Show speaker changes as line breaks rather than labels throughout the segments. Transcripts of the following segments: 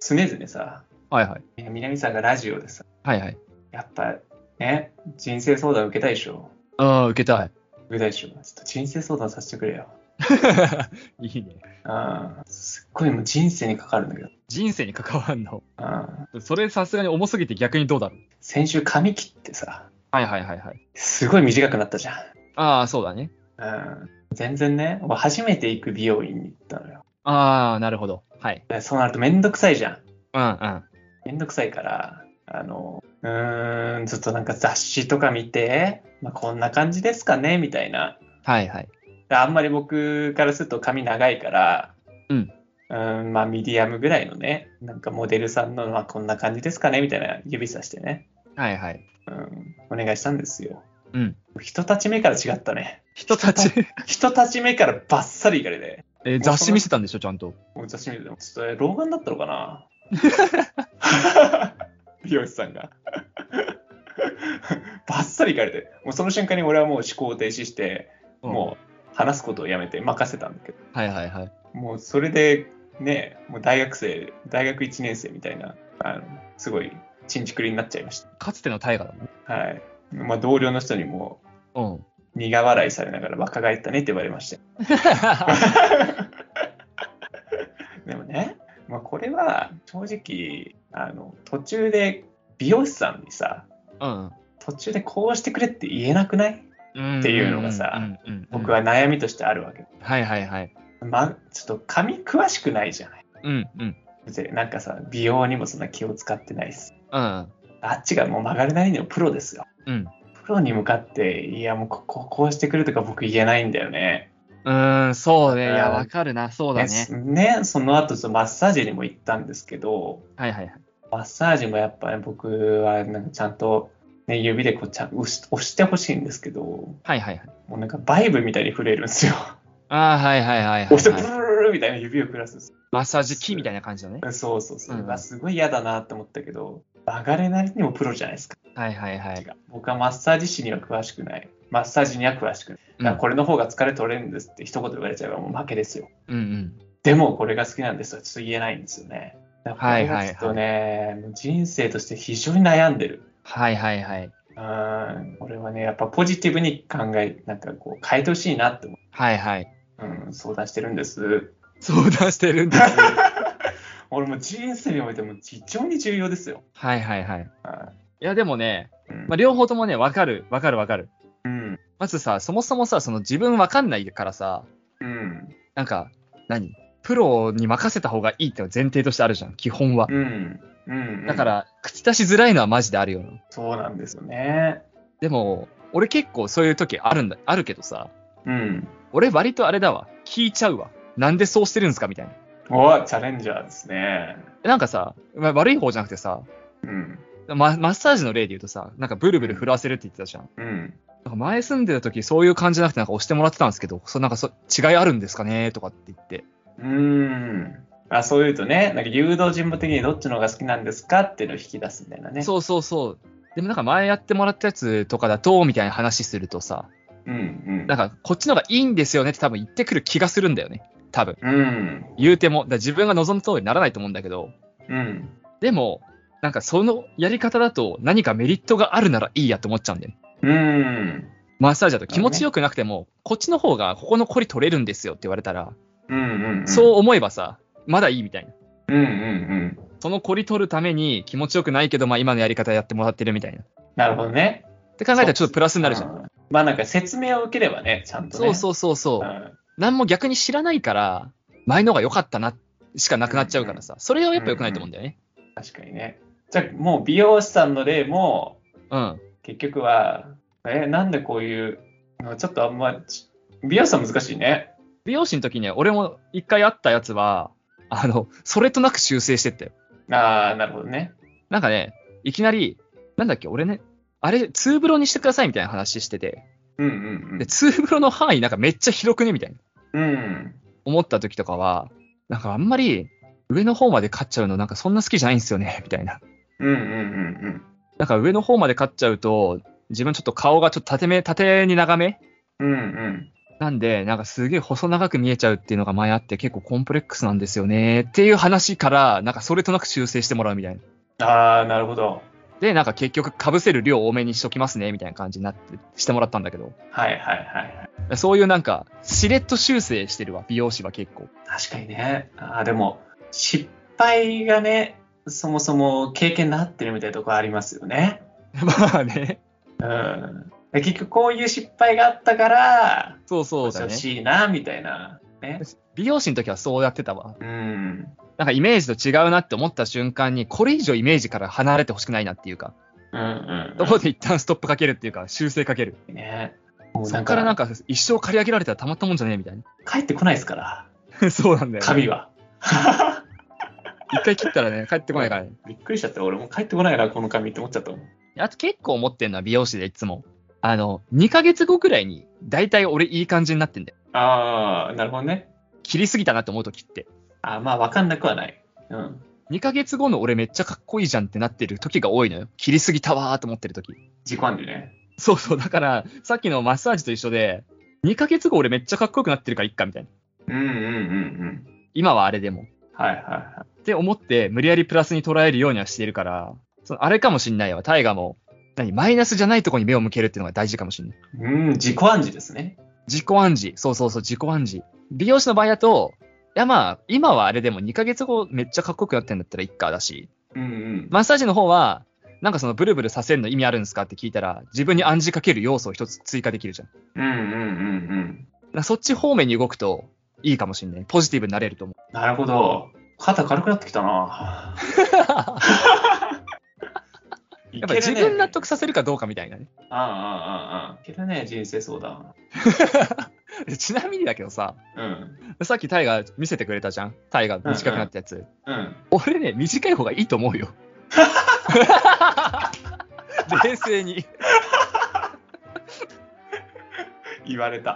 常々さ、
はいはい。
いや南さんがラジオでさ、
はいはい。
やっぱね、人生相談受けたいでしょ。
ああ、受けたい。
受けたいでしょ。ちょっと人生相談させてくれよ。
いいね。
うん。すっごいもう人生にかかるんだけど。
人生に関わんの。
うん。
それさすがに重すぎて逆にどうだろう。
先週髪切ってさ、
はいはいはいはい。
すごい短くなったじゃん。
ああ、そうだね。
うん。全然ね、俺初めて行く美容院に行ったのよ。
ああ、なるほど。はい。
でそうなるとめんどくさいじゃん。
うんうん。
めんどくさいから、あの、うーん、ずっとなんか雑誌とか見て、まあ、こんな感じですかね、みたいな。
はいはい。
であんまり僕からすると髪長いから、
うん。
うん、まあ、ミディアムぐらいのね、なんかモデルさんの、まあ、こんな感じですかね、みたいな指さしてね、
はいはい。
うん、お願いしたんですよ。
うん。
人たち目から違ったね。
人たち、
人たち目からバッサリいかれて。
えー雑誌見せたんでしょ、ちゃんと。
もう雑誌見てても、ちょっと老眼だったのか な美容師さんが。 バッサリいかれて、もうその瞬間に俺はもう思考を停止して、もう話すことをやめて任せたんだけど、
うん。はいはいはい。
もうそれでね、もう大学生、大学1年生みたいな、あのすごい、ちんちくりになっちゃいまし
かつての大河だもんね。
た。はい。まあ、同僚の人にも
うん。
苦笑いされながら若返ったねって言われました。でもね、まあ、これは正直あの途中で美容師さんにさ
うん。
途中でこうしてくれって言えなくないっていうのがさ
うんうんうん、
僕は悩みとしてあるわけ、
はいはいはい。
ま、ちょっと髪詳しくないじゃない
うんうん。
別になんかさ美容にもそんな気を使ってないし
うん。
あっちがもう曲がりなりにもプロですよ
うん。
プロに向かっていやもうこここうしてくれとか僕言えないんだよね
うーん、そうね。いや、
うん
わかるな。そうだね。
ねねその後ちょっとマッサージにも行ったんですけど
はいはいはい。
マッサージもやっぱり僕はなんかちゃんと、ね、指でこうちゃん押し押してほしいんですけど、も
はいはいはい。
うなんかバイブみたいに震えるんですよ。
ああ、はいはいはい、はい
押して
は
ブ
い。
ルルルルみたいな指を暮らすんですよ
マッサージ機みたいな感じだね。
そうそうそう。
うん
うわすごい嫌だなって思ったけど、曲がれなりにもプロじゃないですか。
はいはいは
違
い。
う僕はマッサージ師には詳しくない。マッサージには詳しくない。だからこれの方が疲れ取れるんですって一言言われちゃえばもう負けですよ。
うんうん。
でもこれが好きなんですとはちょっと言えないんですよね。だからこれがちょっとね、もう人生として非常に悩んでる。
はいはいはい。
うん、俺はね、やっぱポジティブに考え、なんかこう、変えてほしいなって思
はいはい。
う、うん、相談してるん です。
相談してる んだ。
俺も人生においても非常に重要ですよ。
はいはいはい。
はい
や、でもね、
いうん
まあ、両方ともね、わかる、わかるわかる。
うん、
まずさ、そもそもさ、その自分わかんないからさ、
うん、
なんか、何プロに任せた方がいいってのは前提としてあるじゃん、基本は。
うん、うん。
だか、ら、口出しづらいのはマジであるよな。
そうなんですよね。
でも、俺結構そういう時あるんだ、あるけどさ、
うん。
俺割とあれだわ、聞いちゃうわ。なんでそうしてるんですかみたいな。
おチャレンジャーですね。
なんかさ、まあ悪い方じゃなくてさ、
うん、
まマッサージの例で言うとさ、なんかブルブル振らせるって言ってたじゃん。
うん。
なんか前住んでた時そういう感じじゃなくてなんか押してもらってたんですけど、そうなんかそ違いあるんですかねとかって言って。
うん。あ、そう言うとね、なんか誘導人物的にどっちの方が好きなんですかっていうのを引き出すみたいなね。
そうそうそう。でもなんか前やってもらったやつとかだと、みたいな話するとさ、
う。うん、うん。
なんかこっちの方がいいんですよねって多分言ってくる気がするんだよね。多分。
うん、
言うても。だから自分が望む通りにならないと思うんだけど、
うん。
でも、なんかそのやり方だと何かメリットがあるならいいやと思っちゃうんだよね。
うん。
マッサージだと気持ちよくなくても、こっちの方がここのコリ取れるんですよって言われたら、
うんうんうん、
そう思えばさ、まだいいみたいな。
う。うんうんうん。
そのコリ取るために気持ちよくないけど、まあ今のやり方やってもらってるみたいな。っ
なるほどね。
て考えたらちょっとプラスになるじゃん。
ん。まあなんか説明を受ければね、ちゃんと
そう
ね。
そうそうそうう。
ん
何も逆に知らないから、前の方が良かったな、しかなくなっちゃうからさ。それはやっぱ良くないと思うんだよね。
確かにね。じゃあもう美容師さんの例も、
うん。
結局は、え、なんでこういう、ちょっとあんま、ち美容師さん難しいね。
美容師の時には俺も一回会ったやつは、あの、それとなく修正してったよ。
ああ、なるほどね。
なんかね、いきなり、なんだっけ、俺ね、あれ、ツーブロにしてくださいみたいな話してて、
うんうん
で、ツー風呂の範囲なんかめっちゃ広くねみたい
う
な
ん。うん。
思った時とかは、なんかあんまり上の方まで勝っちゃうのなんかそんな好きじゃないんですよね、 みたいな。
うんうんうん
なんか上の方まで勝っちゃうと、自分ちょっと顔がちょっと縦め、縦に長め
うん。うん
なんで、なんかすげえ細長く見えちゃうっていうのが前あって結構コンプレックスなんですよねっていう話から、なんかそれとなく修正してもらうみたいな。
ああ、なるほど。
で、なんか結局被せる量多めにしときますねみたいな感じになって、してもらったんだけど。
はいはいはい。
そういうなんか、しれっと修正してるわ、美容師は結構。
確かにね。あーでも、失敗がね、そもそも経験になってるみたいなとこありますよね。
まあね。
うん。で結局こういう失敗があったから、
そうそうだ
欲
ね。
しいな、みたいな。ね。
美容師の時はそうやってたわ。
うん。
なんかイメージと違うなって思った瞬間に、これ以上イメージから離れてほしくないなっていうか、
うんうん、
そこで一旦ストップかけるっていうか、修正かける。
うん。ね。もう
そ
な
っ
ん
からなん
か、
か一生借り上げられたらたまったもんじゃねえみたい
帰ってこないですから、
な。 そうなんだよ、ね。
紙は。
一回切ったらね、帰ってこないからね。
びっくりしちゃって、俺も帰ってこないな、この紙って思っちゃったもん。
あと結構思ってんのは美容師でいつも。あの、2ヶ月後くらいに、だいたい俺いい感じになってんだよ。
ああ、なるほどね。
切りすぎたなって思う時って。
あーまあ、わかんなくはない。うん。
2ヶ月後の俺めっちゃかっこいいじゃんってなってる時が多いのよ。切りすぎたわーと思ってる時。
自己暗示ね。
そうそう、だから、さっきのマッサージと一緒で、2ヶ月後俺めっちゃかっこよくなってるからいっかみたいな。
うんうんうんうん。
今はあれでも。
はいはいはい。
って思って、無理やりプラスに捉えるようにはしてるから、そのあれかもしんないわ、タイガも。何マイナスじゃないとこに目を向けるっていうのが大事かもしんない。
うん、自己暗示ですね。
自己暗示。そうそうそう、自己暗示。美容師の場合だと、いやまあ、今はあれでも2ヶ月後めっちゃかっこよくなってんだったらいっかだし、
うんうん。
マッサージの方は、なんかそのブルブルさせるの意味あるんですかって聞いたら、自分に暗示かける要素を一つ追加できるじゃん。
うんうんうんうん。
だからそっち方面に動くといいかもしんない。ポジティブになれると思う。
なるほど。肩軽くなってきた な。い
やっ
ける
ぱ
ね
自分納得させるかどうかみたいなね。
ああああああいけるね、人生相談。
でちなみにだけどさ、
うん。
さっきタイが見せてくれたじゃん。タイが短くなったやつ。
うん。
俺ね、短い方がいいと思 うよ。冷静に。
言われた。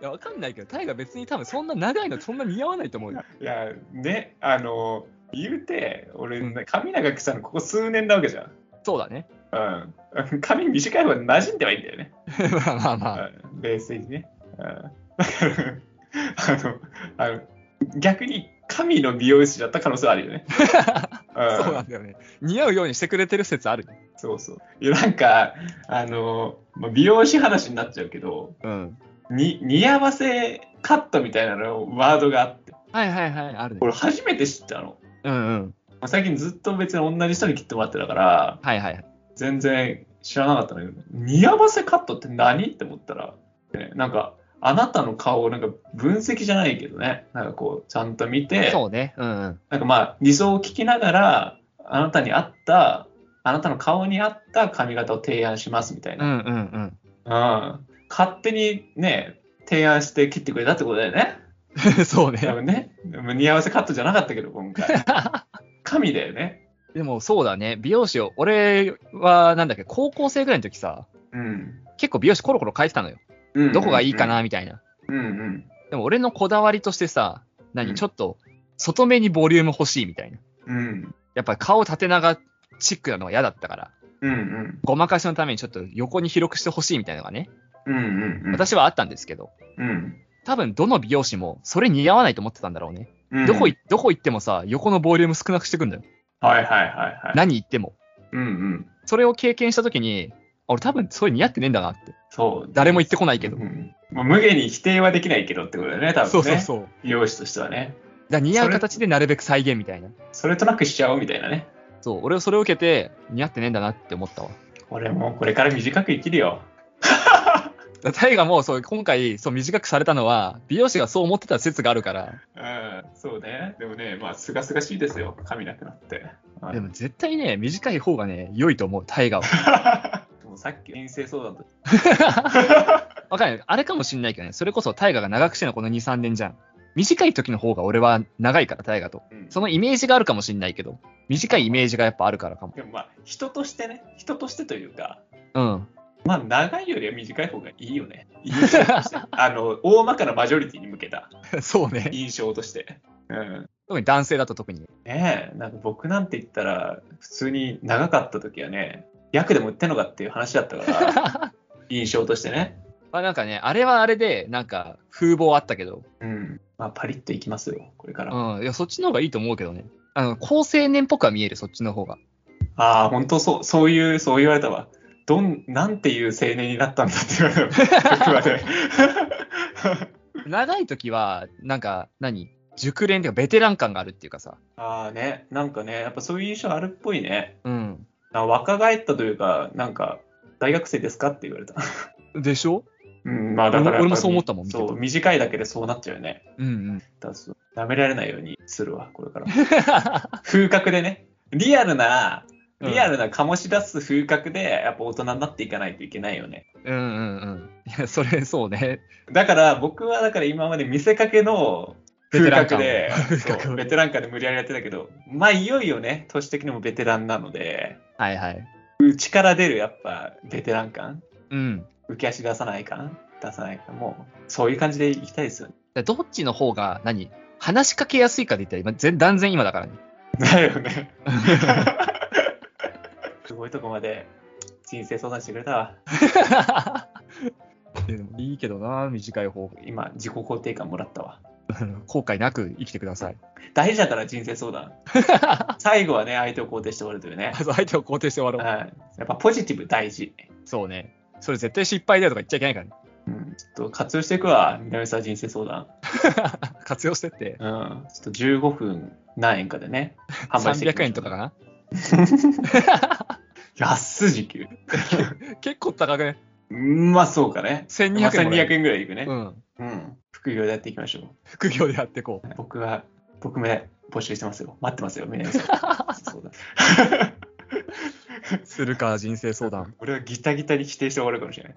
いや、わかんないけど、タイが別に多分そんな長いのそんな似合わないと思うよ。
いや、ね、あの、言うて、俺
う、
髪長くしたのここ数年なわけじゃん。
そうだね。
うん。髪短い方が馴染んではいいんだよね。
まあまあまあ。
うん冷静にね。うんだから、あの、あの逆に神の美容師だった可能性はあるよ ね。うん
そうなんだよね。似合うようにしてくれてる説ある。
そうそう。いや、なんか、あの、まあ美容師話になっちゃうけど、
うん。
に、似合わせカットみたいなのワードがあって、
はいはいはい、あるね。
俺初めて知ったの。
うんうん。
まあ最近ずっと別に同じ人に切ってもらってたから、
はいはい。
全然知らなかったんだけど、似合わせカットって何って思ったら、ねなんか、あなたの顔をなんか分析じゃないけどね、なんかこう、ちゃんと見て、
そうね。うんうん。
なんかまあ、理想を聞きながら、あなたに合った、あなたの顔に合った髪型を提案しますみたいうな。
んうんうん。
うん。勝手にね、提案して切ってくれたってことだよ ね。
そ
多
うね。
分ね。似合わせカットじゃなかったけど、今 回。神だよね。
でもそうだね。美容師を、俺はなんだっけ、高校生ぐらいの時さ、
うん。
結構美容師コロコロ変えてたのよ。
うん
どこがいいか。なみたいな。
うんうん。
でも俺のこだわりとしてさ、
う
何
ん
ちょっと外目にボリューム欲しいみたいな。
うん。
やっぱ顔縦長チックなのが嫌だったから、
うんうん。
ごまかしのためにちょっと横に広くしてほしいみたいなのがね、
うんうんうん。
私はあったんですけど、
うん。
多分どの美容師もそれ似合わないと思ってたんだろうね。どこ
行
いどこ行ってもさ、横のボリューム少なくしてくんだよ。
はいはいはいはい。
何言っても。
うんうん。
それを経験した時に、俺多分それ似合ってねえんだなって。
そう。
誰も言ってこないけど。
うんもう無限に否定はできないけどってことだよね、多分ね。
そうそうそう。だか
美容師としてはね。
ら似合う形でなるべく再現みたいな。
それとなくしちゃおうみたいなね。
そう、俺はそれを受けて似合ってねえんだなって思ったわ。
俺もうこれから短く生きるよ。
だからタイガもそう今回そう短くされたのは美容師がそう思ってた説があるから
うん、そうね。でもね、まあ、すがすがしいですよ。髪なくなって。はい
でも絶対ね短い方がね良いと思うタイガは
でもさっき、陰性相談と。
わかんないあれかもしんないけどねそれこそタイガが長くしてるのこの23年じゃん短い時の方が俺は長いからタイガと
うん
そのイメージがあるかもしんないけど短いイメージがやっぱあるからかも
でもまあ、人としてね、人としてというか、
うん
まあ、長いよりは短い方がいいよね。印象と して。あの、大まかなマジョリティに向けた
そうね
印象として。うん。
特に男性だと特に
ねえ、なんか僕なんて言ったら、普通に 長かった時はね、役でも売ってんのかっていう話だったから、印象としてね。
まあなんかね、あれはあれで、なんか風貌あったけど、
うん。まあ、パリッといきますよ、これから。あ
うん、いや、そっちの方がいいと思うけどね。あの、高青年っぽくは見える、そっちの方が。
あー、本当そう、そういう、そう言われたわ。どん、なんていう青年になったんだって言われた。 僕はね
長い時は、なんか、何熟練というかベテラン感があるっていうかさ。
ああね、なんかね、やっぱそういう印象あるっぽいね。
うん。
なんか若返ったというか、なんか、大学生ですかって言われた。
でしょ
うん、まあだから
俺も俺もそう思ったもん見てて
そう、短いだけでそうなっちゃうよね。
うん うん。
だからそう舐められないようにするわ、これから。風格でね、リアルな、リアルな醸し出す風格で、やっぱ大人になっていかないといけないよね。
うんうんうん。いや、それ、そうね。
だから僕はだから今まで見せかけの風格で、
テラン感を風格
そう
を
ベテラン感で無理やりやってたけど、まあいよいよね、年的にもベテランなので、
はいはい。
内から出るやっぱベテラン感、
うん。
浮き足出さない感、出さない感も、そういう感じでいきたいですよね。
だどっちの方が何、話しかけやすいかで言ったら今、全断然今だから ね。
だよね。すごいとこまで人生相談してくれたわ。
いやでもいいけどな、短い方が。
今、自己肯定感もらったわ。
後悔なく生きてください。
大事だから人生相 談。最後はね、相手を肯定して終わるというね
ま。ず相手を肯定して終
うん
わろう。
やっぱポジティブ大事。
そうね。それ絶対失敗だよとか言っちゃいけないからね。
うん、ちょっと活用していくわ、南沢人生相談。
活用してって。
うん、ちょっと15分何円かでね、
300円とか
が
かな
安時給。
結構高くね。
うんまあそうかね。
1200円
まあ
もらえ
1200
る
円ぐらいいくね
う。ん。
うん、副業でやっていきましょう。
副業でやってこう。
僕は、僕もね募集してますよ。待ってますよ、皆さん。 そうだ
するか、人生相談。
俺はギタギタに否定して終わるかもしれない。